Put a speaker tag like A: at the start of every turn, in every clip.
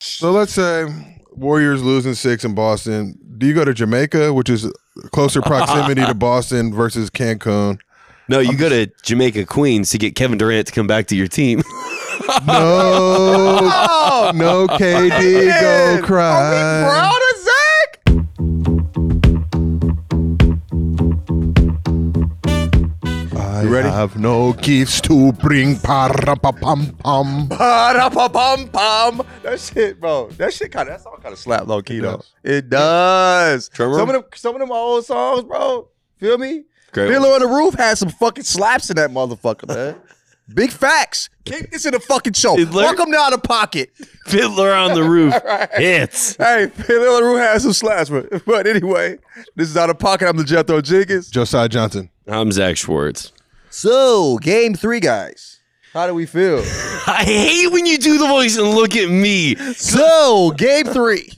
A: So let's say Warriors losing six in Boston. Do you go to Jamaica, which is closer proximity to Boston versus Cancun?
B: No, you go to Jamaica Queens to get Kevin Durant to come back to your team.
A: No, no, KD,
C: Man,
A: go cry.
C: Are we proud of Zach?
A: I
B: You ready?
A: have no gifts to bring. Para pa pam pam.
C: Ba-da-ba-bum-bum. That shit, bro. That shit kind of. That song kind of slap low key
A: It
C: though.
A: does.
C: It does.
B: Drummer?
C: Some of them, some of them old songs, bro. Feel me?
B: Great
C: Bill on the roof had some fucking slaps in that motherfucker, man. Big facts. Keep this in the fucking show.
B: It lear-
C: Welcome to out of pocket.
B: Fiddler on the roof. Hits.
C: Hey, Bill on the roof had some slaps, but, but anyway, this is out of pocket. I'm the Jethro Jenkins.
A: Josiah Johnson.
B: I'm Zach Schwartz.
C: So, game three, guys. How do we feel?
B: I hate when you do the voice and look at me.
C: So, game three.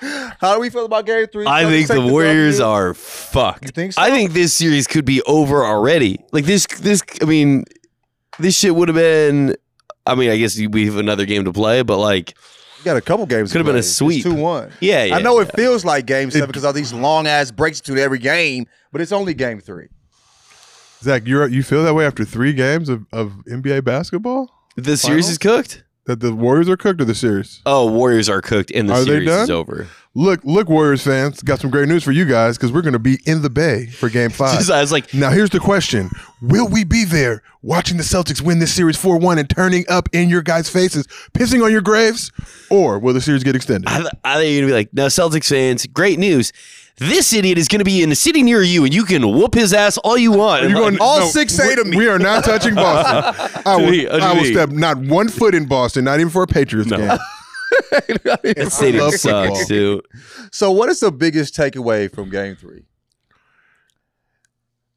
C: How do we feel about game three?
B: I
C: Celtics
B: think
C: take
B: the
C: this
B: Warriors
C: W.
B: are fucked.
C: You think so?
B: I think this series could be over already. Like this, this. I mean, this shit would have been. I mean, I guess you- we have another game to play, but like,
C: You got a couple games.
B: Could've been a sweep.
C: Two one.
B: Yeah, yeah,
C: I know it feels like game seven because all these long ass breaks to every game, but it's only game three.
A: Zach, you you feel that way after three games of, of NBA basketball?
B: the series
A: Finals?
B: is cooked.
A: That the Warriors are cooked or the series?
B: Oh, Warriors are cooked, and the
A: Are they
B: series is
A: done?
B: over.
A: Look, look, Warriors fans, got some great news for you guys because we're going to be in the Bay for Game Five.
B: I was like,
A: Now here's the question: Will we be there watching the Celtics win this series four one and turning up in your guys' faces, pissing on your graves, or will the series get extended?
B: I, I think you're gonna be like, no, Celtics fans, great news. This idiot is gonna be in a city near you, and you can whoop his ass all you want. And
A: You're
B: like,
A: going-
C: all six,
A: we-
C: eight of me.
A: We are not touching Boston. I will,
B: me, uh, to
A: I will
B: me.
A: step not one foot in Boston, not even for a Patriots game.
B: that stadium
A: love football.
B: sucks too.
C: So, what is the biggest takeaway from game three?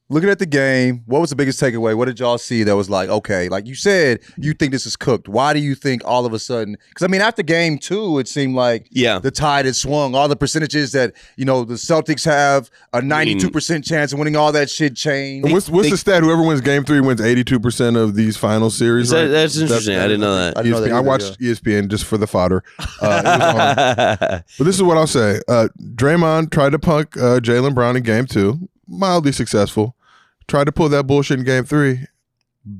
C: Looking at the game, what was the biggest takeaway? What did y'all see that was like, okay, like you said, you think this is cooked. Why do you think all of a sudden? Because I mean, after game two, it seemed like
B: Yeah.
C: the tide had swung. All the percentages that you know the Celtics have a ninety-two percent chance of winning, all that shit changed.
A: And what's what's
B: they-
A: the stat? Whoever wins Game Three wins eighty two percent of these final series.
B: Is that-
A: right? E
B: that's interesting. I didn't know that.
C: I didn't know
A: ESPN.
C: that
A: I
C: either,
A: watched ESPN just for the fodder. Uh, it was on. but this is what I'll say. Uh, Draymond tried to punk uh, Jalen Brown in Game Two, mildly successful. Tried to pull that bullshit in Game Three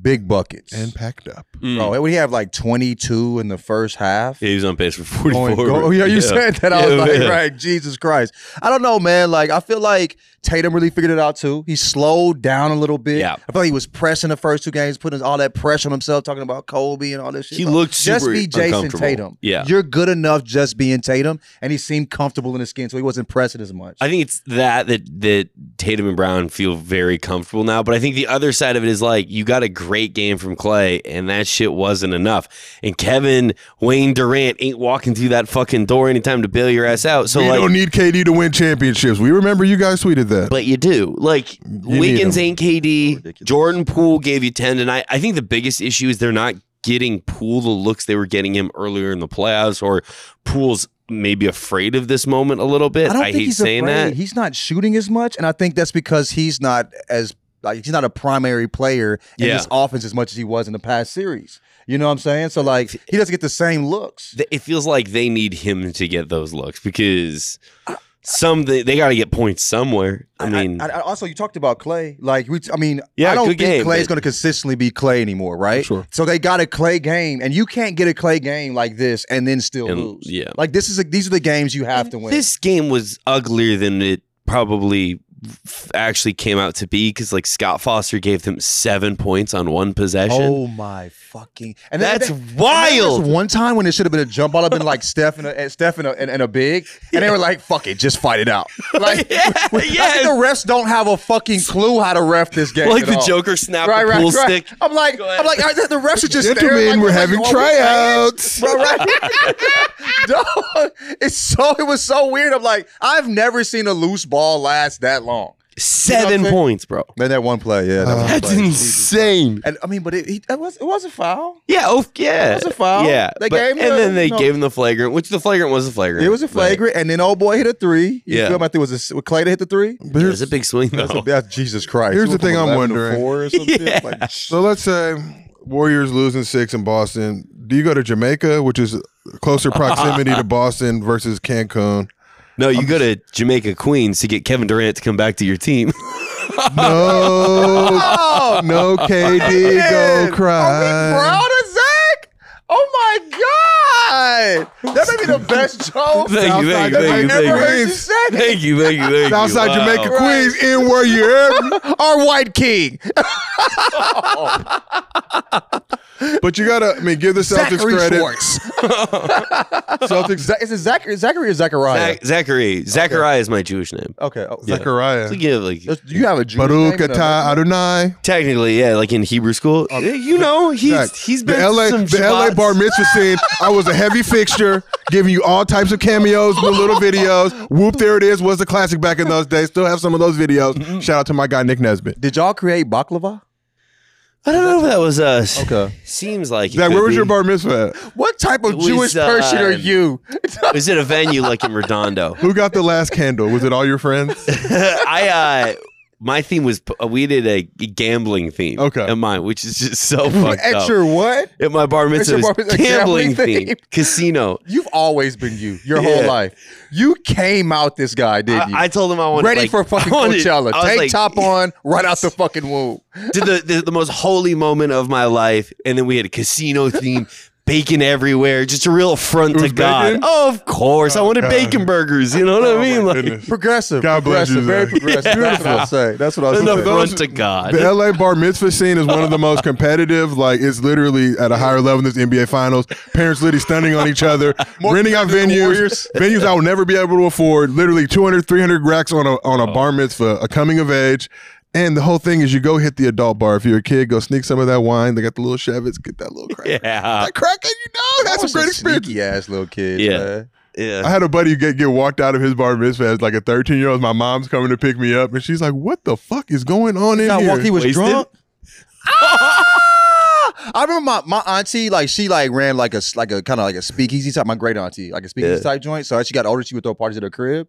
C: Big buckets.
A: and packed up.
B: Mm.
C: Bro, we have like 22 in the first half.
B: Yeah, he was on pace for 44.
C: Point
A: Oh,
C: guard. yeah, you said that. I was
B: Yeah,
C: like,
B: man.
C: right, Jesus Christ. I don't know, man. Like, I feel like Tatum really figured it out too. He slowed down a little bit.
B: Yeah.
C: I feel like he was pressing the first two games, putting all that pressure on himself, talking about Kobe and all this shit.
B: He
C: Bro,
B: looked
C: just
B: super
C: be Jason
B: uncomfortable.
C: Tatum.
B: Yeah.
C: you're good enough just being Tatum, and he seemed comfortable in his skin, so he wasn't pressing as much.
B: I think it's that that that Tatum and Brown feel very comfortable now, but I think the other side of it is like you got a great game from Clay, and that shit wasn't enough. And Kevin Wayne Durant ain't walking through that fucking door anytime to bail your ass out. So
A: we
B: like,
A: don't need KD to win championships. We remember you guys tweeted that.
B: but you do like
A: need
B: Wiggins
A: him.
B: ain't KD. Jordan Poole gave you ten tonight. I think the biggest issue is they're not getting Poole the looks they were getting him earlier in the playoffs, or Poole's maybe afraid of this moment a little bit.
C: I
B: I,
C: don't think
B: hate
C: he's
B: saying
C: afraid.
B: that.
C: He's not shooting as much, and I think that's because he's not as like he's not a primary player in
B: Yeah.
C: this offense as much as he was in the past series. You know what I'm saying? So like he doesn't get the same looks.
B: th- it feels like they need him to get those looks because some they, they got to get points somewhere. I mean,
C: I, I- also you talked about Clay. Like we, I mean,
B: Yeah,
C: I don't
B: good
C: think
B: game,
C: Clay's
B: but-
C: going to consistently be Clay anymore, right?
A: Sure.
C: So they got a Clay game, and you can't get a Clay game like this and then still
B: And-
C: lose.
B: yeah.
C: like this is a, these are the games you have to win.
B: this game was uglier than it probably f- actually came out to be because like Scott Foster gave them seven points on one possession.
C: Oh my fucking! And then-
B: That's
C: and then there's
B: wild.
C: One time when it should have been a jump ball, I've been like Steph and a, and Steph and a, and, and a big, and they were like, "Fuck it, just fight it out." Like,
B: Yeah,
C: I think
B: yes.
C: the refs don't have a fucking clue how to ref this game.
B: like
C: at
B: the
C: all.
B: Joker snapped
C: Right,
B: the
C: right,
B: pool
C: right.
B: stick.
C: I'm like,
B: ahead.
C: I'm like, I, the refs are just staring,
A: Gentlemen,
C: like,
A: we're
C: like,
A: having
C: "Oh, we're fans."
A: tryouts.
C: Bro, right? Dog, it's so it was so weird. I'm like, I've never seen a loose ball last that long.
B: Seven
C: saying?
B: points, bro.
C: Man, that one play, yeah, that one
B: That's
C: play.
B: insane.
C: And I mean, but it, he, it was it was a foul.
B: Yeah, oh yeah,
C: was a foul.
B: Yeah,
C: They
B: but-
C: gave him
B: and
C: the-
B: then they
C: no.
B: gave him the flagrant, which the flagrant was a flagrant.
C: It was a
B: but-
C: flagrant, and then old boy hit a three. You
B: Yeah. Oh.
C: feel me? I think it was a, s- was Clay to hit the three.
A: But
B: It
A: here's-
B: was a big swing though.
C: That's Jesus Christ.
A: Here's
C: He went
A: the
C: from
A: thing I'm
C: 11 to
A: wondering.
C: four or some shit. Like,
A: So let's say Warriors losing six in Boston. do you go to Jamaica, which is closer proximity to Boston versus Cancun?
B: No, you go to Jamaica Queens to get Kevin Durant to come back to your team.
A: No,
C: Oh,
A: no, KD,
C: man.
A: go cry.
C: Are we proud of Zach? Oh my God. That may be the best joke.
B: Thank you, thank you,
C: that I
B: thank you,
C: never
B: thank you.
C: heard you say.
B: Thank you, thank you, thank you.
A: Outside
B: Wow.
A: Jamaica Queens, in where you at?
C: Our white king.
A: But you gotta, I mean, give the Celtics
C: Zachary
A: credit.
C: Schwartz.
A: Celtics,
C: Is it Zachary, Zachary or Zachariah?
B: Zach- Zachary. Zachariah is my Jewish name.
C: Okay. Oh, Zach-
A: Zachariah,
B: So yeah, like
C: That's- You have a Jewish
A: Baruch
C: name, though.
A: atah Adonai.
B: technically, yeah, like in Hebrew school, Uh, Yeah, you know, he's
A: Zach,
B: he's been
A: the LA,
B: some
A: the LA
B: Shabbats.
A: bar mitzvah scene. I was a heavy fixture, giving you all types of cameos, with little videos. Whoop, there it is. Was the classic back in those days. Still have some of those
B: Mm-hmm.
A: videos. Shout out to my guy Nick Nesbitt.
C: Did y'all create baklava?
B: I don't know if that was us.
C: Okay.
B: Seems like it
A: Zach,
B: could
A: where was your
B: be.
A: bar mitzvah? At?
C: What type of
B: It was,
C: Jewish person are
B: um,
C: you?
B: It was at a venue like in Redondo.
A: Who got the last candle? Was it all your friends?
B: I uh my theme was uh, we did a gambling theme.
A: Okay.
B: At mine, which is just so fucked
C: At
B: up.
C: your what?
B: at my bar mitzvah,
C: your
B: was
C: bar mitzvah,
B: gambling,
C: gambling
B: theme,
C: theme.
B: casino.
C: You've always been you your
B: Yeah.
C: whole life. You came out this guy, didn't you?
B: I, I told him I wanted
C: Ready
B: like,
C: for fucking
B: I wanted-
C: Coachella.
B: I was
C: Tank
B: like,
C: top on, right out the fucking womb.
B: did the, the the most holy moment of my life, and then we had a casino theme, bacon everywhere, just a real affront
A: It
B: to
A: was
B: God.
A: bacon?
B: Oh, of course, I wanted
A: God.
B: bacon burgers. You know what
C: Oh,
B: I mean? Like
A: Goodness.
C: Progressive.
A: God bless you,
C: progressive, very
A: Zach.
C: progressive. That's what I was saying. That's what I was
B: an
C: saying.
B: affront to God.
A: The LA bar mitzvah scene is one of the most competitive. Like it's literally at a higher level than this NBA Finals. Parents literally stunning on each other, renting out
C: than the
A: venues,
C: Warriors.
A: venues I will never be able to afford. Literally 200, 300 racks on a on
C: Oh.
A: a bar mitzvah, a coming of age. And the whole thing is you go hit the adult bar. If you're a kid, go sneak some of that wine. They got the little Chevets, get that little crack.
B: yeah,
A: That crack, you know, that's a great experience.
C: Sneaky ass little kid.
B: Yeah.
C: man.
A: I
B: yeah.
A: had a buddy get get walked out of his bar mitzvah as like a 13 year old. My mom's coming to pick me up, and she's like, "What the fuck is going on in
C: Not
A: here?"
C: walk- he was
B: Wasted?
C: drunk. Ah! I remember my, my auntie like she like ran like a like a kind of like a speakeasy type. My great auntie like a speakeasy
B: Yeah.
C: type joint. So as she got older, she would throw parties at her crib.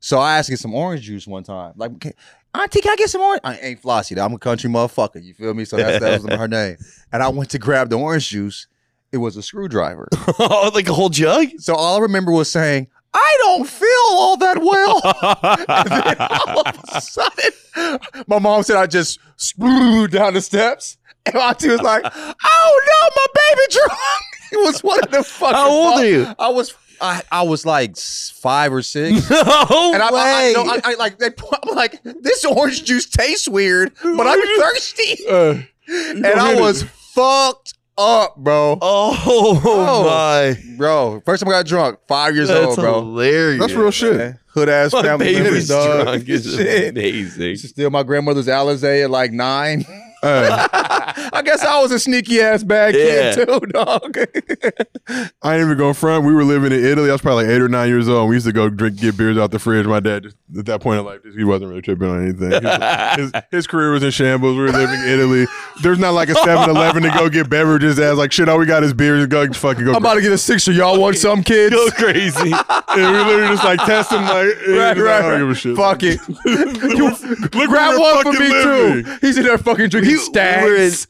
C: So I asked to get some orange juice one time. Like, can, auntie, can I get some orange? I ain't Flossie. though. I'm a country motherfucker. You feel me? So that's, that was her name. And I went to grab the orange juice. It was a screwdriver.
B: Oh, like a whole jug.
C: So all I remember was saying, I don't feel all that well. And then all of a sudden, my mom said I just splued down the steps. And my auntie was like, oh no, my baby drunk. It was one of the fucking
B: How old
C: mo-
B: are you?
C: I was I, I was like s- five or six.
B: No
C: And I, I, I,
B: way.
C: no, I, I like they, put- I'm like this orange juice tastes weird, but I'm thirsty,
A: Uh,
C: and I was fucked up, bro.
B: oh,
C: Oh.
B: my,
C: Bro, first time I got drunk, five years
B: that's
C: old, bro.
B: hilarious.
A: That's real shit.
C: Hood ass
B: My
C: family
B: baby's
C: members, dog.
B: drunk is
C: Shit.
B: amazing.
C: Used to steal my grandmother's Alizé at like nine.
A: Hey,
C: I guess I was a sneaky ass bad
B: Yeah.
C: kid too, dog.
A: I ain't even going front. We were living in Italy. I was probably like eight or nine years old. And we used to go drink, get beers out the fridge. My dad, just, at that point in life, just, he wasn't really tripping on anything. His, his, his career was in shambles. We were living in Italy. There's not like a 7 Eleven to go get beverages as like, shit, all we got is beers. Go fucking go.
C: I'm about to get a sixer. Y'all want some kids?
B: Go crazy.
A: and we literally just like test him, like,
C: Right,
A: I
C: right,
A: don't
C: right.
A: give a shit.
C: Fuck it.
A: Look where
C: Grab
A: we're
C: one for
A: fucking
C: me
A: living.
C: too. He's in there fucking drinking
B: We were, in,
C: stags.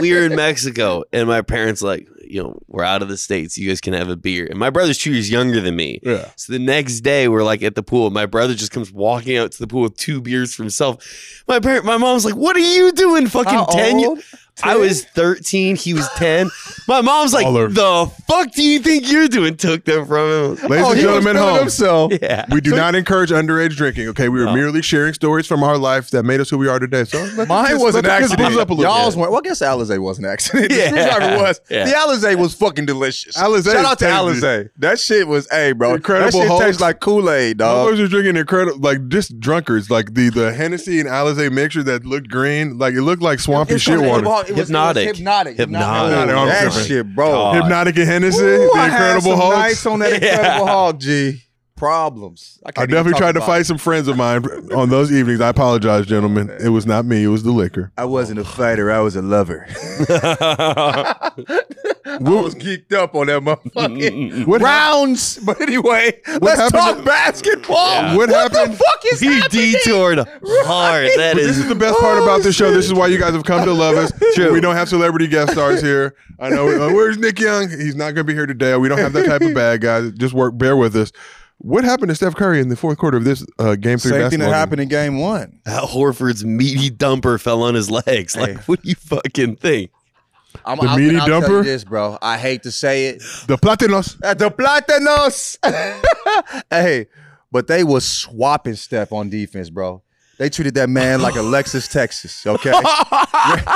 B: we were in Mexico, and my parents like, you know, we're out of the states. You guys can have a beer. And my brother's two years younger than me.
A: Yeah.
B: So the next day, we're like at the pool. and My brother just comes walking out to the pool with two beers for himself. My parent, my mom's like, "What are you doing, fucking
C: How
B: ten?
C: old?
B: I was thirteen. He was ten. my mom's like,
A: All over.
B: "The fuck do you think you're doing?" Took them from
A: Ladies
B: him.
C: Oh,
A: and
C: he was
A: gentlemen,
C: feeling
A: home.
C: himself.
B: Yeah.
A: We do not encourage underage drinking. Okay, we were merely sharing stories from our life that made us who we are today. So let's
C: Mine
A: let's-
C: was an
A: let's- let's
C: accident.
A: booze up a little
C: Y'all's
A: bit.
C: weren't. Well, I guess Alizé was an accident.
B: Yeah.
C: The screwdriver was.
B: Yeah.
C: The Alizé was fucking delicious.
A: Alizé
C: Shout out to
A: tasted-
C: Alizé. That shit was, hey, bro.
A: Incredible
C: Incredible. That shit
A: Hulk.
C: tastes like Kool Aid,
A: I
C: dog.
A: was just drinking incredible, like just drunkards, like the the Hennessy and Alizé mixture that looked green, like it looked like swampy
C: It's
A: shit
C: something
A: water.
C: about- it was- it was
B: Hypnotic.
C: Hypnotic.
B: Hypnotic.
A: Hypnotic, I'm
C: That
A: tripping.
C: shit, bro.
B: God.
A: Hypnotic and Hennessy,
C: Ooh,
A: the
C: I had
A: Incredible
C: some
A: Hulk.
C: nights on that
B: Yeah.
C: Incredible Hulk, G. problems.
A: I
C: can't even
A: definitely
C: talk
A: tried to
C: about
A: fight
C: it.
A: some friends of mine on those evenings. I apologize, gentlemen. It was not me. It was the liquor.
C: I wasn't a fighter. I was a lover. I was geeked up on that motherfucking
A: What hap-
C: rounds. But anyway, let's
A: happened
C: talk
A: to-
C: basketball.
B: Yeah.
A: What
C: What,
A: happened-
C: the fuck is
B: he
C: happening?
B: detoured hard. That
A: But this
B: is.
A: is the best part
C: Oh,
A: about this show. This
C: shit.
A: is why you guys have come to love us. We don't have celebrity guest stars here. I know. uh, where's Nick Young? He's not going to be here today. We don't have that type of bad guy. Just work. Bear with us. What happened to Steph Curry in the fourth quarter of this uh, game three
D: Same thing
A: basketball?
D: that
A: game?
D: happened in game one.
B: Al Horford's meaty dumper fell on his legs. Like,
D: Hey.
B: what do you fucking think?
C: I'm,
A: The
C: I'll-
A: meaty
C: I'll tell you
A: dumper?
C: this, bro. I hate to say it.
A: The Platinos.
C: At the Platanos. hey, but they was swapping step on defense, bro. They treated that man like Alexis Texas, okay?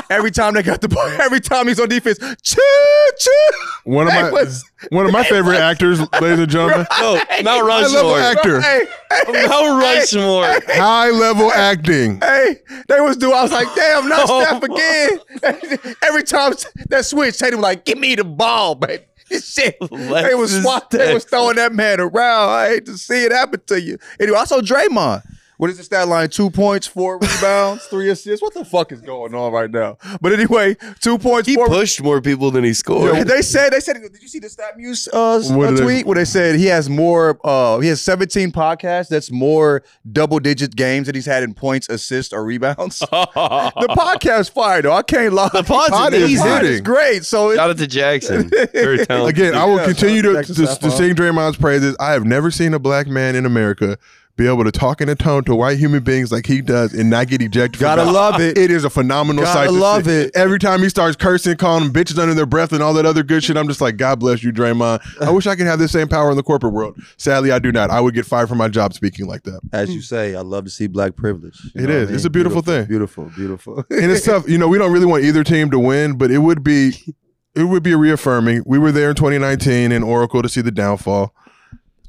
C: every time they got the ball, every time he's on defense, choo choo.
A: One of
C: They
A: my
C: was-
A: one of my favorite actors, ladies and gentlemen.
B: No, Mount
A: I love
B: Rushmore.
A: act- Actor.
C: Hey, hey,
B: Mount Rushmore.
A: High level acting.
C: hey, they was doing. I was like, damn, not
B: Oh,
C: Steph again. every time that switch, Tatum like, give me the ball, baby. This shit. they was
B: Alexis
C: swat, they
B: Texas.
C: was throwing that man around. I hate to see it happen to you. Anyway, also Draymond. What is the stat line? Two points, four rebounds, three assists. What the fuck is going on right now? But anyway, two points,
B: He
C: four.
B: pushed more people than he scored.
C: Yeah, they said they said. Did you see the Stat Muse uh, s-
A: What
C: uh,
A: did they-
C: tweet where they said he has more? Uh, he has 17 podcasts. That's more double digit games that he's had in points, assists, or rebounds. the podcast fire though. I can't lie. The
B: pod's
A: amazing.
C: is great. So it,
B: Shout out to Jackson. Very talented.
A: Again, I will
C: Oh, Yeah,
A: continue
C: shout out
A: to,
C: to
A: to,
C: Texas
A: to sing Draymond's praises. I have never seen a black man in America be able to talk in a tone to white human beings like he does and not get ejected. from
C: Gotta
A: the-
C: love it.
A: It is a phenomenal
C: Gotta
A: sight. to
C: love
A: see.
C: it.
A: Every time he starts cursing, calling them bitches under their breath and all that other good shit, I'm just like, God bless you, Draymond. I wish I could have this same power in the corporate world. Sadly, I do not. I would get fired from my job speaking like that.
C: as you say, I love to see black privilege. You
A: It
C: know what
A: is.
C: I
A: It's
C: mean?
A: a beautiful thing.
C: Beautiful, beautiful.
A: and it's tough. You know, we don't really want either team to win, but it would be it would be reaffirming. We were there in 2019 in Oracle to see the downfall,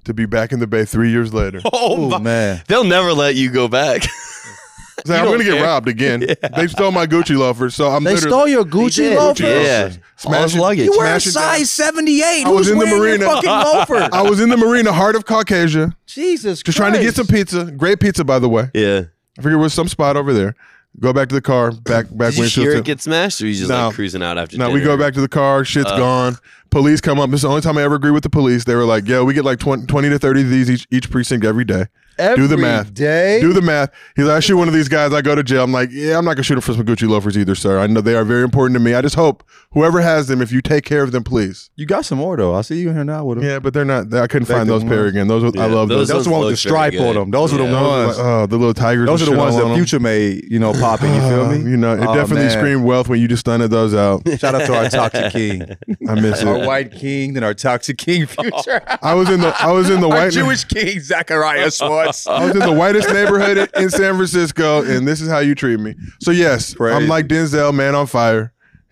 A: to be back in the Bay three years later.
B: Oh, my.
C: man.
B: They'll never let you go back.
A: It's like, I'm
B: don't
A: gonna get
B: care.
A: robbed again. They stole my Gucci loafer, so I'm
C: They
A: literally
C: stole your
D: He
C: Gucci
D: did.
C: loafer.
B: yeah. All his
A: smashing-
B: luggage.
C: You wear a
A: Smash it down.
C: size 78.
A: I was
C: Who's
A: in the
C: wearing your
A: marina.
C: fucking loafer?
A: I was in the marina, heart of Caucasia,
C: Jesus
A: just trying to get
C: Christ.
A: some pizza. Great pizza, by the way.
B: Yeah.
A: I figured it was some spot over there. Go back to the car, back back
B: Did you
A: windshield.
B: hear it
A: tint.
B: get smashed or you just
A: No.
B: like cruising out after
A: No,
B: dinner?
A: we go back to the car. Shit's
C: Uh.
A: gone. Police come up. This is the only time I ever agree with the police. They were like, "Yo, we get like 20, 20 to thirty of these each, each precinct every day. Do the
C: Every
A: math.
C: day?
A: Do the math." He's like, "I shoot one of these guys, I go to jail." I'm like, "Yeah, I'm not gonna shoot them for some Gucci loafers either, sir. I know they are very important to me. I just hope whoever has them, if you take care of them, please."
C: You got some more though. I see you in here now with them.
A: Yeah, but they're not. I couldn't find
C: the
A: those pair
C: ones-
A: again. Those, I
B: Yeah,
A: love those.
B: those-
C: That's the one with the
B: look very
C: stripe on
B: good.
C: them. Those are the
B: Yeah.
A: Those are
C: ones.
A: like, oh, the little tigers.
C: those are
A: and
C: the
A: shit
C: ones
A: all
C: that
A: on 'em.
C: Future made. You know, popping. You feel me?
A: You know, it
C: Oh,
A: definitely
C: man.
A: screamed wealth when you just stunted those out.
C: Shout out to our toxic king,
A: I miss
C: our
A: it.
C: white king, and our toxic king future.
A: I was in the I was in the
C: our
A: white
C: Jewish king Zachariah Schwartz.
A: I was in the whitest neighborhood in San Francisco, and this is how you treat me. So yes,
C: Crazy.
A: I'm like Denzel, man on fire.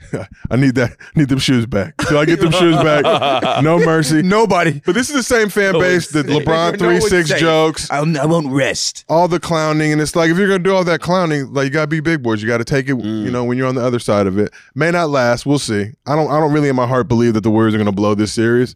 A: I need that. Need them shoes back. Till I get them shoes back, no mercy.
C: Nobody.
A: But this is the same fan base that
B: safe.
A: LeBron
C: No
A: three
C: one's
A: six
C: safe.
A: jokes,
C: I'll, I won't rest.
A: all the clowning, and it's like if you're gonna do all that clowning, like you gotta be big boys. You gotta take it, you
C: Mm.
A: know, when you're on the other side of it. May not last. We'll see. I don't. I don't really in my heart believe that the Warriors are gonna blow this series,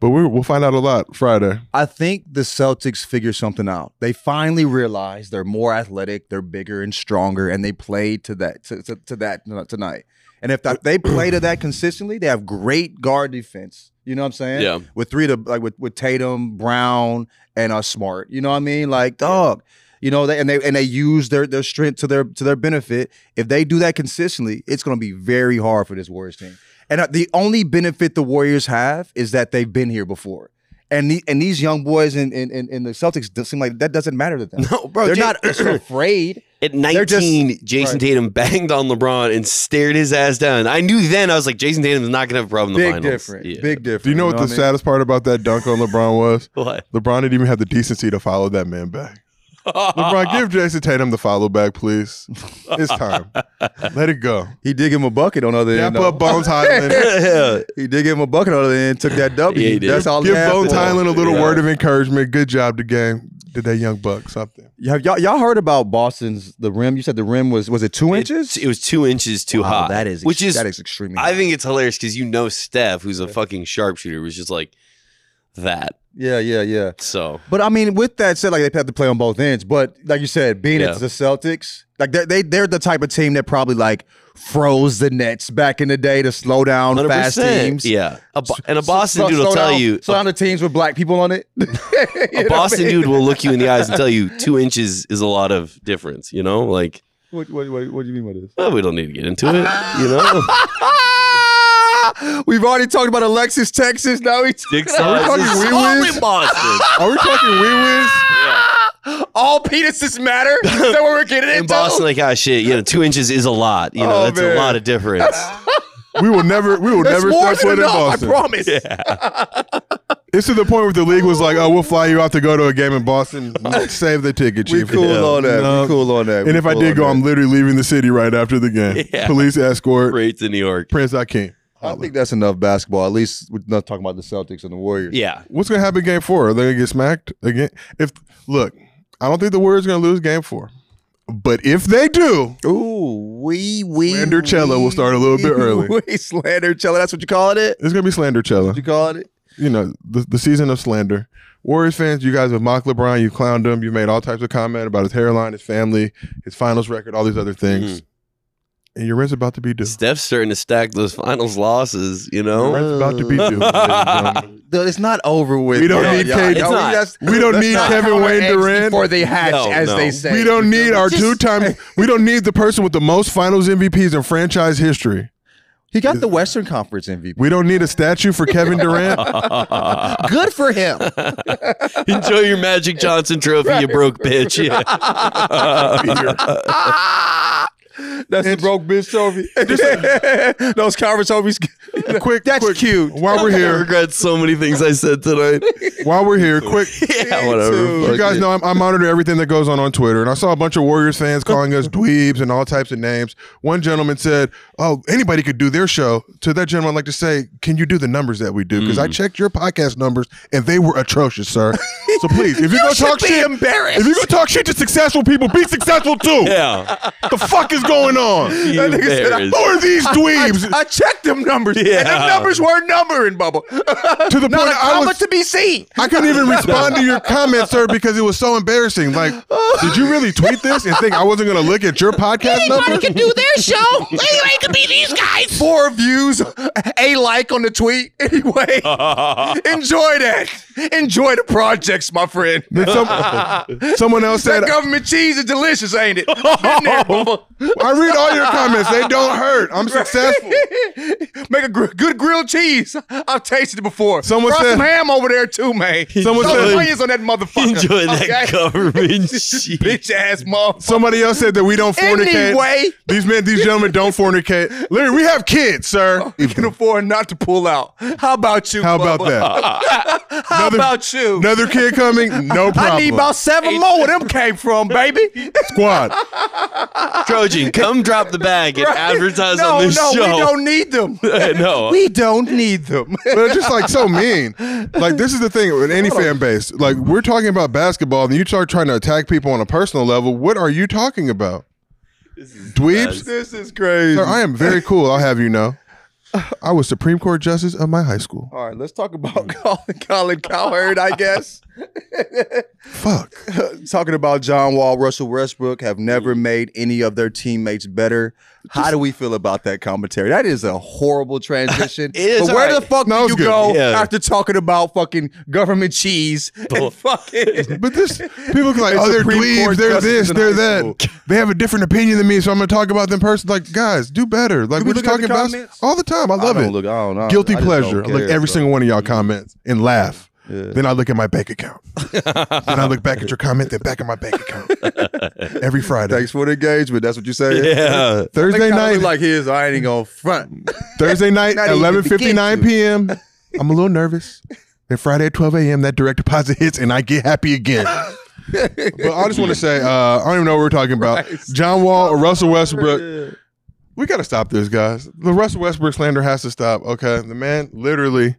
A: but we're, we'll find out a lot Friday.
C: I think the Celtics figured something out. They finally realized they're more athletic, they're bigger and stronger, and they played to that to, to, to that uh, tonight. And if that, they play to that consistently, they have great guard defense. You know what I'm saying?
B: Yeah.
C: With three to like with, with Tatum, Brown, and uh, Smart. You know what I mean? Like dog. You know they, and they and they use their their strength to their to their benefit. If they do that consistently, it's going to be very hard for this Warriors team. And uh, the only benefit the Warriors have is that they've been here before. And, the, and these young boys in, in, in, in the Celtics don't seem like that doesn't matter to them.
B: No, bro,
C: They're
B: Jay-
C: not afraid.
B: At
C: They're just-
B: 19, Jason
C: right.
B: Tatum banged on LeBron and stared his ass down. I knew then I was like, Jason Tatum's not gonna have a problem in the
C: Big
B: finals.
C: difference.
B: Yeah.
C: Big difference.
A: Do you know what the
C: I mean?
A: saddest part about that dunk on LeBron was?
B: What?
A: LeBron didn't even have the decency to follow that man back.
B: Uh,
A: LeBron, give Jason Tatum the follow back, please. It's time. Let it go.
C: He did give him a bucket on the other
A: Dap
C: end. though.
A: up Bones Highland.
B: Yeah.
C: He did give him a bucket on the other end. Took that W.
B: Yeah, he did.
C: That's all.
A: Give
C: he had
A: Bones
C: for him.
A: Highland a little
B: Yeah.
A: word of encouragement. Good job, the game. Did that young buck something?
C: Have y'all y'all heard about Boston's the rim? You said the rim was was it two inches?
B: It, it was two inches too
C: Wow,
B: high.
C: That is
B: which is
C: that is extremely.
B: I
C: high.
B: think it's hilarious because you know Steph, who's a fucking sharpshooter, was just like, that.
C: Yeah, yeah, yeah.
B: So
C: But I mean, with that said, like they have to play on both ends. But like you said, being
B: Yeah.
C: it's the Celtics, like they're, they they're the type of team that probably like froze the Nets back in the day to slow down fast
B: 100%,
C: teams.
B: Yeah. A Bo- and a
C: So-
B: Boston
C: slow-
B: dude will
C: slow
B: tell
C: down-
B: you
C: slow down the teams with black people on it.
B: a Boston dude will look you in the eyes and tell you two inches is a lot of difference, you know? Like,
C: What, what, what, what do you mean by this?
B: well, we don't need to get into it, you know?
C: We've already talked about Alexis, Texas. Now we
B: Dick
C: Are we
B: size is
C: talking
B: small
C: wee-wees?
B: in Boston.
A: Are we talking wee wees?
C: All penises matter. Is that what we're getting
B: In
C: into?
B: Boston, like, ah, shit, you know, two inches is a lot. You know,
C: Oh,
B: that's
C: man.
B: a lot of difference.
A: We will never, we will
C: That's
A: never
C: more
A: step
C: than
A: foot in
C: enough. I
A: Boston.
C: promise.
A: It's to the point where the league was like, "Oh, we'll fly you out to go to a game in Boston. Save the ticket,
C: We
A: chief."
C: cool on that.
A: No.
C: We cool on that.
A: And if I did go, I'm literally leaving the city right after the game.
B: Yeah.
A: Police escort,
B: Right to New York.
A: Prince Akeem.
C: I think that's enough basketball. At least we're not talking about the Celtics and the Warriors.
B: Yeah.
A: What's gonna happen game four? Are they gonna get smacked again? If look, I don't think the Warriors are gonna lose game four, but if they do,
C: Ooh, we we.
A: Slandercello will start a little bit early.
C: We Slandercello. That's what you calling it.
A: it's gonna be slander, Cello.
C: You calling it?
A: You know the, the season of slander. Warriors fans, you guys have mocked LeBron. You clowned him. You made all types of comment about his hairline, his family, his finals record, all these other things.
C: Mm-hmm.
A: And your rent's about to be due.
B: Steph's starting to stack those finals losses, you
A: Your
C: Oh.
B: know?
A: rent's about to be due. ladies and gentlemen.
C: Dude, it's not over with.
A: We don't need
C: y'all.
A: Kate-
B: It's
C: Y'all,
B: not.
C: just-
A: We don't
C: let's
A: need
C: not
A: Kevin
C: count our
A: Wayne
C: eggs
A: Durant.
C: before they hatch,
B: No,
C: as
B: no.
C: they say.
A: We don't need our two time. We don't need the person with the most finals MVPs in franchise history.
C: He got the Western Conference MVP.
A: We don't need a statue for Kevin Durant.
C: Good for him.
B: Enjoy your Magic Johnson trophy, you broke bitch. Yeah.
C: That's the broke bitch trophy. Those conference trophies.
A: quick,
C: That's
A: quick,
C: cute.
A: While we're
B: I
A: here,
B: regret so many things I said tonight.
A: while we're here, quick.
B: yeah, whatever.
C: too.
A: You
B: Fuck
A: guys
B: it.
A: know I'm, I monitor everything that goes on on Twitter, and I saw a bunch of Warriors fans calling us dweebs and all types of names. One gentleman said, "Oh, anybody could do their show." To that gentleman, I'd like to say, "Can you do the numbers that we do?" Because I checked your podcast numbers, and they were atrocious, sir. So please, if you're gonna
C: should
A: talk
C: be
A: shit,
C: embarrassed.
A: if you're gonna talk shit to successful people, be successful too.
B: Yeah.
A: The fuck is going on?
B: You embarrassed.
A: Who are these
C: I,
A: dweebs?
C: I checked them numbers. And them
B: Yeah.
C: numbers were numbering, Bubba.
A: to the
C: Not
A: point
C: a
A: I
C: comma
A: was,
C: to be seen.
A: I couldn't even respond to your comment, sir, because it was so embarrassing. Like, did you really tweet this and think I wasn't going to look at your podcast number?
D: Anybody can do their show. Anybody can be these guys.
C: Four views, a like on the tweet. Anyway, enjoy that. Enjoy the projects, my friend.
A: Then some, someone else said,
C: That government cheese is delicious, ain't it? Been there, Bubba.
A: I read all your comments. They don't hurt. I'm successful.
C: Make a gr- good grilled cheese. I've tasted it before.
A: Someone
C: Fry
A: said-
C: some ham over there too, man.
A: Someone
C: Throw
A: said-
C: some onions on that motherfucker.
B: Enjoy that
C: okay?
B: government shit.
C: bitch ass mom.
A: Somebody else said that we don't fornicate.
C: Anyway.
A: These men, these gentlemen don't fornicate. Larry, we have kids, sir.
C: We can afford not to pull out. How about you?
A: How about
C: Bubba?
A: that?
C: How
A: Another-
C: about you?
A: Another kid coming? No problem.
C: I need about seven more where them came from, baby.
A: squad.
B: Trojan, come drop the bag and advertise
C: no,
B: on this
C: no,
B: show.
C: we don't need them.
B: no.
C: we don't need them.
A: but it's just like so mean. Like this is the thing with any fan base. Like we're talking about basketball, and you start trying to attack people on a personal level. What are you talking about? Dweebs?
C: this is crazy.
A: Sir, I am very cool. I'll have you know. I was Supreme Court justice of my high school.
C: All right, let's talk about Colin, Colin Cowherd, I guess.
A: Fuck.
C: Talking about John Wall, Russell Westbrook have never made any of their teammates better. How do we feel about that commentary? That is a horrible transition.
B: It is
C: but where
B: all
C: the
B: right.
C: fuck
A: No,
C: do
A: it's
C: you
A: good.
C: go
B: Yeah.
C: after talking about fucking government cheese
B: Bull.
C: and fucking
A: But this people can like,
C: It's
A: oh, they're
C: Supreme
A: dweebs,
C: Court
A: they're
C: justice
A: this,
C: in
A: they're
C: high school.
A: that. They have a different opinion than me, so I'm gonna talk about them person. Like, guys, do better. Like
C: we
A: we're just
C: look at the
A: talking about
C: comments?
A: all the time. I love
C: I
A: it.
C: don't look- I don't know.
A: Guilty
C: Uh, I just don't
A: pleasure. I
C: care,
A: look every
C: bro.
A: single one of y'all comments and laugh. Then I look at my bank account. then I look back at your comment, then back at my bank account. Every Friday.
C: Thanks for the engagement. That's what you say.
B: Yeah.
A: Thursday night,
C: like his. I ain't gonna front.
A: Thursday night,
C: Not even begin
A: 11:59
C: to.
A: p.m. I'm a little nervous. And Friday at 12 a.m. that direct deposit hits, and I get happy again. but I just want to say, uh, I don't even know what we're talking about. John Wall or Russell Westbrook. We got to stop this, guys. The Russell Westbrook slander has to stop. Okay, the man literally.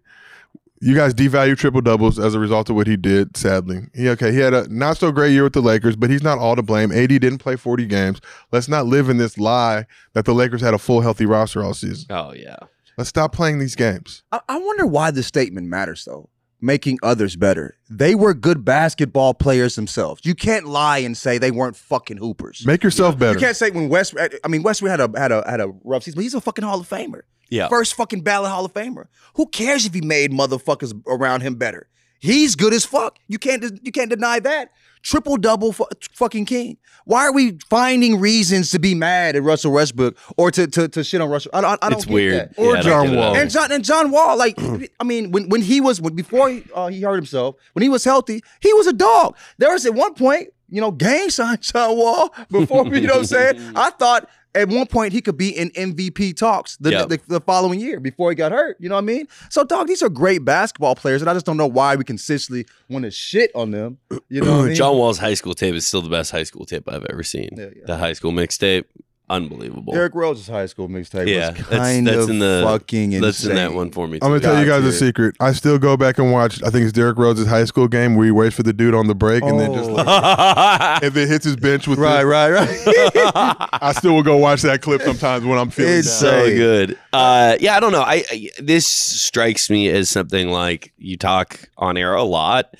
A: You guys devalue triple doubles as a result of what he did. Sadly, he okay. He had a not so great year with the Lakers, but he's not all to blame. AD didn't play forty games. Let's not live in this lie that the Lakers had a full healthy roster all season.
B: Oh, yeah.
A: Let's stop playing these games.
C: I, I wonder why the statement matters though. making others better. They were good basketball players themselves. You can't lie and say they weren't fucking hoopers.
A: Make yourself
C: You
A: better.
C: can't say when West. I mean, Westwood had a had a had a rough season, but he's a fucking Hall of Famer.
B: Yeah.
C: First fucking ballot Hall of Famer. Who cares if he made motherfuckers around him better? He's good as fuck. You can't you can't deny that. Triple double fu- fucking king. Why are we finding reasons to be mad at Russell Westbrook or to to, to shit on Russell? I don't I don't
B: it's
C: get
B: weird.
C: that.
A: Or
B: I don't
A: John
B: get it at
A: Wall.
B: all.
C: And John and John Wall, like I mean, when when he was when, before he, uh, he hurt himself, when he was healthy, he was a dog. There was at one point, you know, gang signed John Wall before you know what I'm saying. I thought at one point he could be in MVP talks the,
B: Yep.
C: the the following year before he got hurt. You know what I mean? So, dog, these are great basketball players, and I just don't know why we consistently want to shit on them. You know, what I mean?
B: John Wall's high school tape is still the best high school tape I've ever seen.
C: Yeah, yeah.
B: The high school mixtape, unbelievable.
C: Derrick Rose's high school mixtape
B: Yeah,
C: was
B: that's-
C: kind
B: that's
C: of
B: in the-
C: fucking insane.
B: That's in that one for me.
A: I'm gonna
B: too.
A: tell you
C: God,
A: guys a
C: dude.
A: secret. I still go back and watch. I think it's Derrick Rose's high school game where he waits for the dude on the break and then just
C: Oh.
A: like,
B: yeah,
A: and then hits his bench with
C: Right,
A: it.
C: right, right.
A: I still will go watch that clip sometimes when I'm feeling
C: It's
A: down.
B: so
C: Right.
B: good. Uh, yeah, I don't know. I, I this strikes me as something like you talk on air a lot,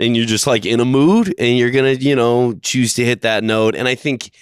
B: and you're just like in a mood, and you're gonna you know choose to hit that note. And I think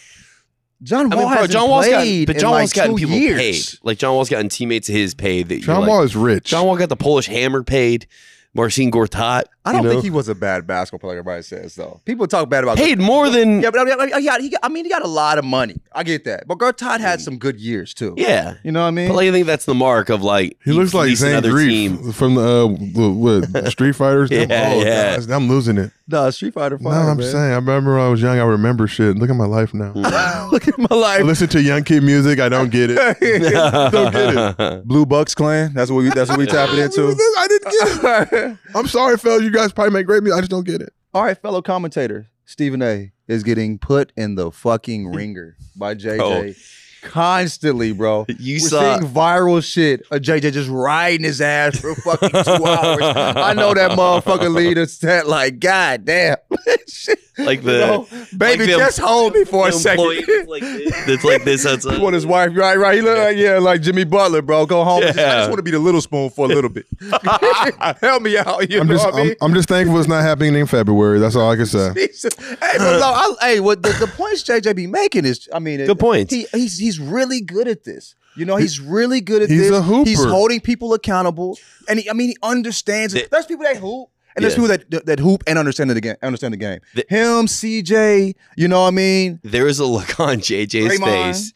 C: John
B: I
C: Wall
B: mean, bro,
C: hasn't
B: John Wall's gotten,
C: played
B: but
C: in,
B: John
C: like,
B: Wall's gotten
C: two
B: people
C: years.
B: paid. Like John Wall's gotten teammates of his paid. That you're
A: John
B: like-
A: Wall is rich.
B: John Wall got the Polish hammer paid. Marcin Gortat.
C: I don't
B: you know,
C: think he was a bad basketball player. Everybody says though. People talk bad about.
B: paid more than.
C: Yeah, but I mean, I- I- yeah, he got, I mean, he got a lot of money. I get that. But Gertod had some good years too.
B: Mm. Yeah.
C: You know what I mean?
B: But like, I think that's the mark of like
A: He looks like
B: fleeced
A: Zane
B: another
A: Greif
B: team.
A: from the, uh, the what, the Street Fighters.
B: Yeah,
A: oh,
B: yeah.
A: guys, I'm losing it.
C: no, Street Fighter.
A: No,
C: fire,
A: I'm
C: man.
A: saying I remember when I was young. I remember shit. Look at my life now.
B: Hmm. Mm.
C: Look at my
A: I
C: life.
A: listen to young kid music. I don't get it.
B: Don't
A: get
B: it.
C: Blue Bucks Clan. That's what we. That's what we tapping into.
A: I didn't get it. I'm sorry, fellas. You guys probably make great music. I just don't get it.
C: All right, fellow commentator Stephen A. is getting put in the fucking ringer by JJ constantly, bro.
B: You
C: We're
B: saw
C: seeing viral shit. of JJ just riding his ass for fucking two hours. I know that motherfucker leader said like, God damn, Shit,
B: like
C: you
B: the
C: know? baby,
B: the em-
C: just hold me for a
B: the
C: second.
B: employee that's like this- that's like this outside.
C: He want his wife, right? Right? He look like yeah, like Jimmy Butler, bro. Go home. Just- I
B: Yeah.
C: just want to be the little spoon for a little bit. Help me out. You
A: I'm
C: know
A: just,
C: what I mean?
A: I'm, I'm just thankful it's not happening in February. That's all I can say.
C: Jesus. Hey, but no, I, hey, what the, the points JJ be making is, I mean,
B: Good points.
C: He, he's he's really good at this. You know, he's really good at
A: He's
C: this.
A: a hooper.
C: He's holding people accountable, and he, I mean, he understands
B: The-
C: it. There's people that hoop. And
B: Yeah.
C: there's people that, that that hoop and understand the game. Understand the game.
B: The-
C: Him, CJ, you know what I mean.
B: there is a look on JJ's
C: Draymond.
B: face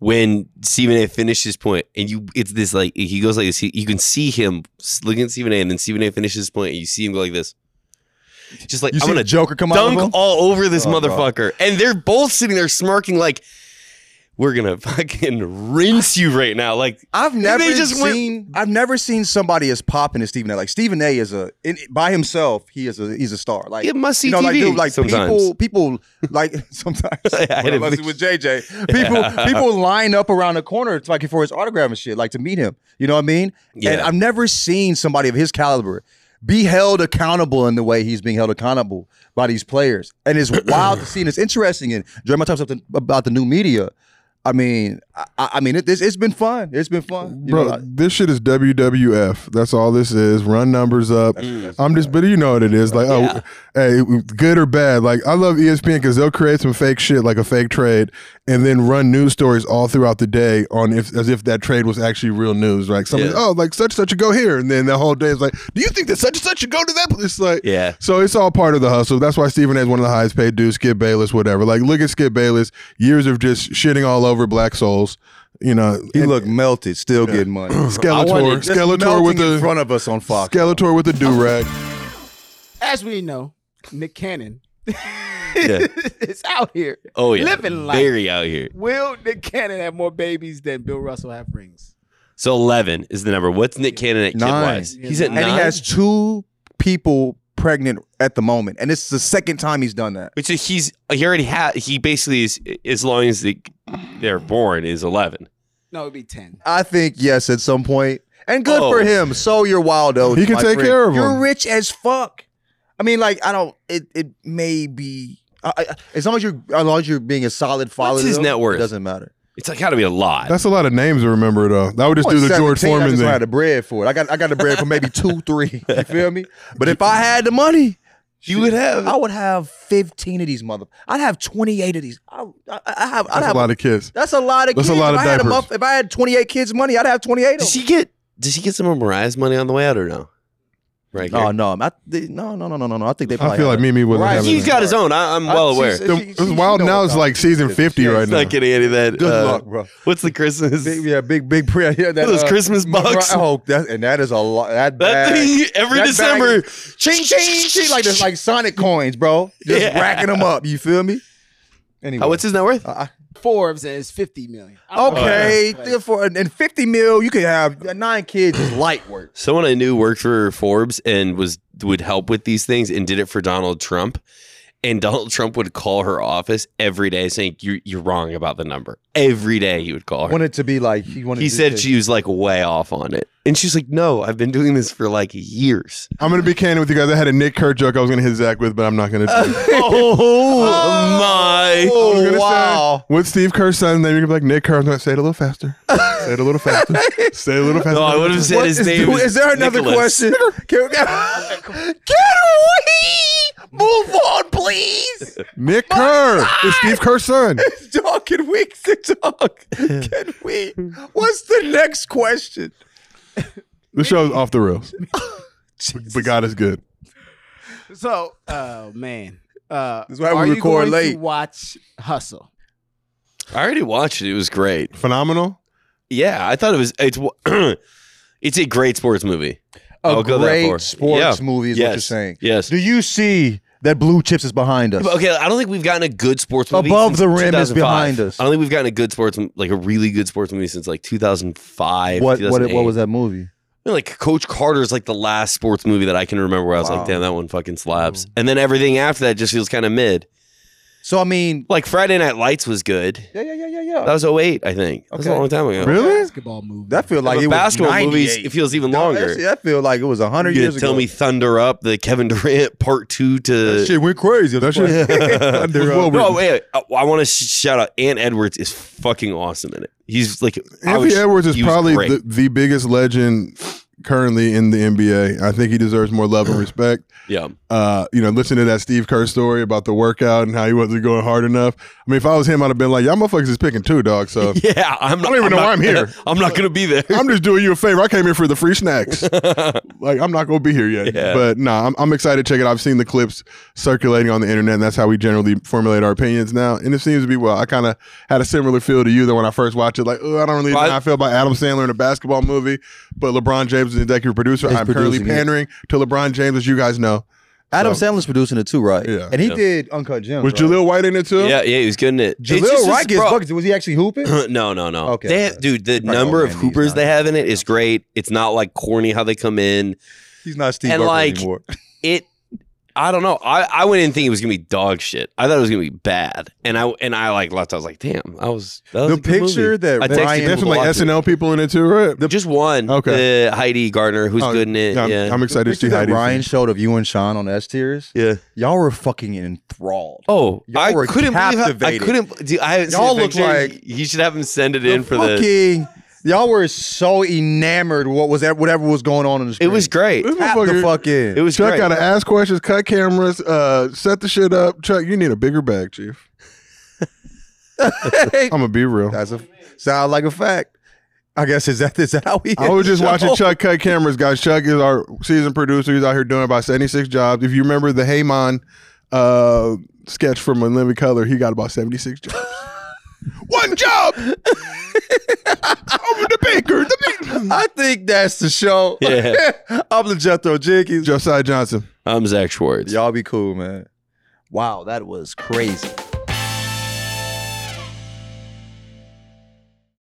B: when Stephen A. finished his point, and you it's this like he goes like this. He, you can see him s- looking at Stephen A. and then Stephen A. finishes his point, and you see him go like this, just like
C: You
B: I'm
C: see
B: gonna
C: Joker come out of him.
B: dunk all over this
C: Oh, bro.
B: motherfucker, and they're both sitting there smirking like. We're gonna fucking rinse you right now. Like
C: I've never
B: just went-
C: seen I've never seen somebody as popping as Stephen A. Like Stephen A. is a in, by himself. He is a he's a star. Like
B: it must see
C: you know,
B: TV
C: like dude, like
B: sometimes.
C: people, people like sometimes.
B: I had
C: Well,
B: a
C: unless it was JJ, people people line up around the corner to, like for his autograph and shit, like to meet him. You know what I mean? And
B: Yeah.
C: I've never seen somebody of his caliber be held accountable in the way he's being held accountable by these players. And it's wild to see, and it's interesting. And Jeremiah talks something about the new media. I mean, I, I mean, it, it's, it's been fun. It's been fun, You
A: Bro,
C: know, like-
A: this shit is WWF. That's all this is. Run numbers up.
B: Mm.
A: I'm just, but you know what it is. Like, oh, hey, good or bad. Like, I love E ESPN because they'll create some fake shit, like a fake trade, and then run news stories all throughout the day on if as if that trade was actually real news. Like, somebody,
B: Yeah.
A: oh, like such and such should go here, and then the whole day is like, do you think that such and such should go to that? place? It's like,
B: Yeah.
A: So it's all part of the hustle. That's why Stephen A. is one of the highest paid dudes. Skip Bayless, whatever. Like, look at Skip Bayless. Years of just shitting all over black souls. You know,
C: he
A: and-
C: looked melted, still getting money.
A: Skeletor,
B: wanted-
C: Just
A: Skeletor
C: melting
A: with
C: in
A: the
C: front of us on Fox.
A: Skeletor with the do rag.
D: As we know, Nick Cannon
B: Yeah.
D: is out here.
B: Oh yeah,
D: Living life.
B: very out here.
D: Will Nick Cannon have more babies than Bill Russell have rings?
B: So eleven is the number. What's Nick Cannon at kid
C: Nine.
B: wise? He's at
D: And
B: nine,
C: and he has two people pregnant at the moment, and it's the second time he's done that.
B: which is- he's he already had. He basically is as long as they, they're born is eleven.
D: No, it'd be ten.
C: I think yes, at some point, and good
B: Oh.
C: for him. So you're wild, oats.
A: He can
C: my
A: take
C: friend.
A: care of
C: You're
A: him.
C: rich as fuck. I mean, like I don't. It it may be I, I, as long as you're as long as you're being a solid follower.
B: his
C: to them,
B: net worth?
C: It doesn't matter.
B: It's like got to be a lot.
A: That's a lot of names to remember, though. I would just
C: I
A: do
C: was
A: the George
C: 17, I
A: Foreman
C: just had
A: thing.
C: the bread for it. I got I got the bread for maybe two, three. You feel me? But if I had the money,
B: you would have.
C: I would have fifteen of these mother. I'd have twenty eight of these. I, I, I have. I'd
A: That's
C: have
A: a lot of kids.
C: That's a lot of
A: That's a
C: kids.
A: lot
C: if
A: of
C: I had a
A: diapers.
C: muff- if I had 28 kids' money, I'd have 28 of
B: Did
C: them.
B: she get? Did she get some of Mariah's money on the way out or no? Right.
C: Oh, No,
B: Here.
C: no, I, they, no, no, no, no, no, no. I think they. Probably
A: I feel like
C: had it.
A: me and me wouldn't
C: Right.
A: have
B: He's
A: it.
B: got his own. I, I'm
C: I-
B: well
C: she-
B: aware.
C: she-
B: It's
A: The-
C: she-
A: it's
C: she
A: wild
C: know
A: now.
C: what
A: It's
C: I'm
A: like season
C: talking about.
A: 50 right now.
B: not getting any of that. uh,
C: Good luck, bro.
B: What's the Christmas?
C: Big, yeah, big, big prayer. Yeah, that, uh,
B: Those Christmas
C: my-
B: bucks.
C: Oh, that, and that is a lot. That,
B: That
C: bag-
B: thing every
C: that
B: December.
C: bag is- ching, ching, ching, like this, like Sonic coins, bro. Just
B: Yeah.
C: racking them up. You feel me? Anyway,
B: How, Uh, what's his net worth?
C: I-
D: Forbes and it's 50 million. I don't know.
C: okay,
D: Like,
C: therefore, and and 50 mil, you could have uh, nine kids is light work.
B: Someone I knew worked for Forbes and was would help with these things and did it for Donald Trump. And Donald Trump would call her office every day saying, You're you're wrong about the number. Every day he would call her.
C: Wanted to be like he wanted.
B: He
C: to
B: said she was like way off on it. And she's like, No, I've been doing this for like years.
A: I'm gonna be candid with you guys. I had a Nick Kurt joke I was gonna hit Zach with, but I'm not gonna. do it.
B: oh, my
A: I was gonna
C: Oh
A: say,
C: wow!
A: With Steve Kerr's son's name, you're gonna be like Nick Kerr. I'm gonna say it a little faster. Say it a little faster. Say it a little faster.
B: No, I would have said
C: What
B: his
C: is-
B: name.
C: do- Is, there another
B: Nicholas.
C: question? Can, can we move on, please?
A: Nick Kerr. It's Steve Kerr's son.
C: Dog, can we sit talk? Can we? What's the next question?
A: The show's off the rails, but God is good.
D: So, oh man. Uh,
C: That's why we
D: are you
C: record
D: going
C: late.
D: To watch Hustle.
B: I already watched it. It was great.
A: Phenomenal.
B: Yeah, I thought it was. It's it's a great sports movie.
C: A
B: I'll go that far.
C: great sports
B: Yeah.
C: movie is
B: yes.
C: what you're saying.
B: Yes.
C: Do you see that blue chips is behind us?
B: Okay, I don't think we've gotten a good sports movie
C: Above
B: since
C: the rim is
B: 2005.
C: behind us.
B: I don't think we've gotten a good sports, m- like a really good sports movie since like 2005.
C: What what what was that movie?
B: Like Coach Carter's like the last sports movie that I can remember where I was
C: Wow.
B: like, damn, that one fucking slaps. And then everything after that just feels kind of mid.
C: So I mean,
B: Like Friday Night Lights was good.
C: yeah, yeah, yeah, yeah,
B: That
C: yeah.
B: was 08, I think. That was a
C: Okay.
B: long time ago.
A: Really?
D: Basketball movie.
C: That feel like
B: Like
C: it was
B: basketball movies,
C: 98.
B: it feels even
C: No,
B: longer.
C: that's- That feel like it was hundred
B: You
C: years
B: could tell
C: ago.
B: me Thunder Up, the Kevin Durant part two to
C: that shit went crazy.
A: That shit-
B: Thunder
A: It was
B: Up.
A: well
B: uh, no,
A: written.
B: wait, wait. I, I want to shout out Ant Edwards is fucking awesome in it. He's like I
A: Anthony
B: was-
A: Edwards is
B: he was
A: probably
B: great.
A: the, the biggest legend currently in the NBA. I think he deserves more love and respect.
B: yeah.
A: Uh, you know, listen to that Steve Kerr story about the workout and how he wasn't going hard enough. I mean, if I was him, I'd have been like, "Y'all motherfuckers is picking two, dog." So
B: Yeah, I'm not,
A: don't even know
B: not-
A: why I'm here.
B: I'm not gonna be there.
A: I'm just doing you a favor. I came here for the free snacks. like I'm not gonna be here yet.
B: Yeah.
A: But nah, I'm, I'm excited to check it. out. I've seen the clips circulating on the internet, and that's how we generally formulate our opinions now. And it seems to be well. I kind of had a similar feel to you though when I first watched it. Like, oh, I don't really know
B: Right.
A: how I feel about Adam Sandler in a basketball movie, but LeBron James is the executive producer.
C: He's
A: I'm currently
C: producing it.
A: pandering to LeBron James, as you guys know.
C: Adam
A: So-
C: Sandler's producing it too, right?
A: Yeah.
C: And he
B: Yeah.
C: did Uncut Gems.
A: Was
C: right?
A: Jaleel White in it too?
B: yeah, yeah, he was good in it. It's just
C: Jaleel
B: this
C: Right gets
B: bro-
C: buckets. Was he actually hooping?
B: no, no, no.
C: Okay,
B: They-
C: okay.
B: dude, the
C: like,
B: number
C: oh,
B: of
C: man, he's
B: hoopers
C: not-
B: they have in it is great. It's not like corny how they come in.
C: He's not Steve
B: And,
C: Urkel
B: like,
C: anymore.
B: it I don't know. I, I went in thinking it was gonna be dog shit. I thought it was gonna be bad, and I and I like left. I was like, damn, I was that was
C: The
B: a good movie.
C: picture that
B: I texted
C: Ryan-
A: They have
B: people
A: some
B: to
A: like
B: watch it.
A: SNL people in it too, right?
B: just one.
A: Okay.
B: the Heidi Gardner, who's
A: Oh,
B: good in it.
A: I'm,
B: yeah,
A: I'm excited to see
C: Picture that
A: Heidi.
C: Ryan showed of you and Sean on S tiers.
B: yeah.
C: Y'all were fucking enthralled.
B: Oh,
C: Y'all
B: I
C: were
B: couldn't believe how, I
C: captivated.
B: couldn't. Dude, I haven't
C: Y'all
B: seen the
C: look
B: picture.
C: like-
B: you should have him send it
C: The
B: in for the.
C: fucking. Y'all were so enamored with what was that whatever was going on in the
B: It
C: screen.
B: was great.
A: This
C: Tap the
A: motherfucker-
C: fuck in.
B: It was
A: Chuck
B: great.
A: gotta ask questions, cut cameras, uh, set the shit up. Chuck, you need a bigger bag, chief. I'm gonna be real.
C: That's a sound like a fact. I guess is that is that how we.
A: I
C: end
A: was
C: the
A: just
C: show?
A: watching Chuck cut cameras, guys. Chuck is our season producer. He's out here doing about 76 jobs. If you remember the Heyman uh, sketch from Unlimited Color, he got about 76 jobs. One job over the baker. The
C: I think that's the show.
B: Yeah.
C: I'm the Jethro Jenkins.
A: Josiah Johnson.
B: I'm Zach Schwartz.
C: Y'all be cool, man. Wow, that was crazy.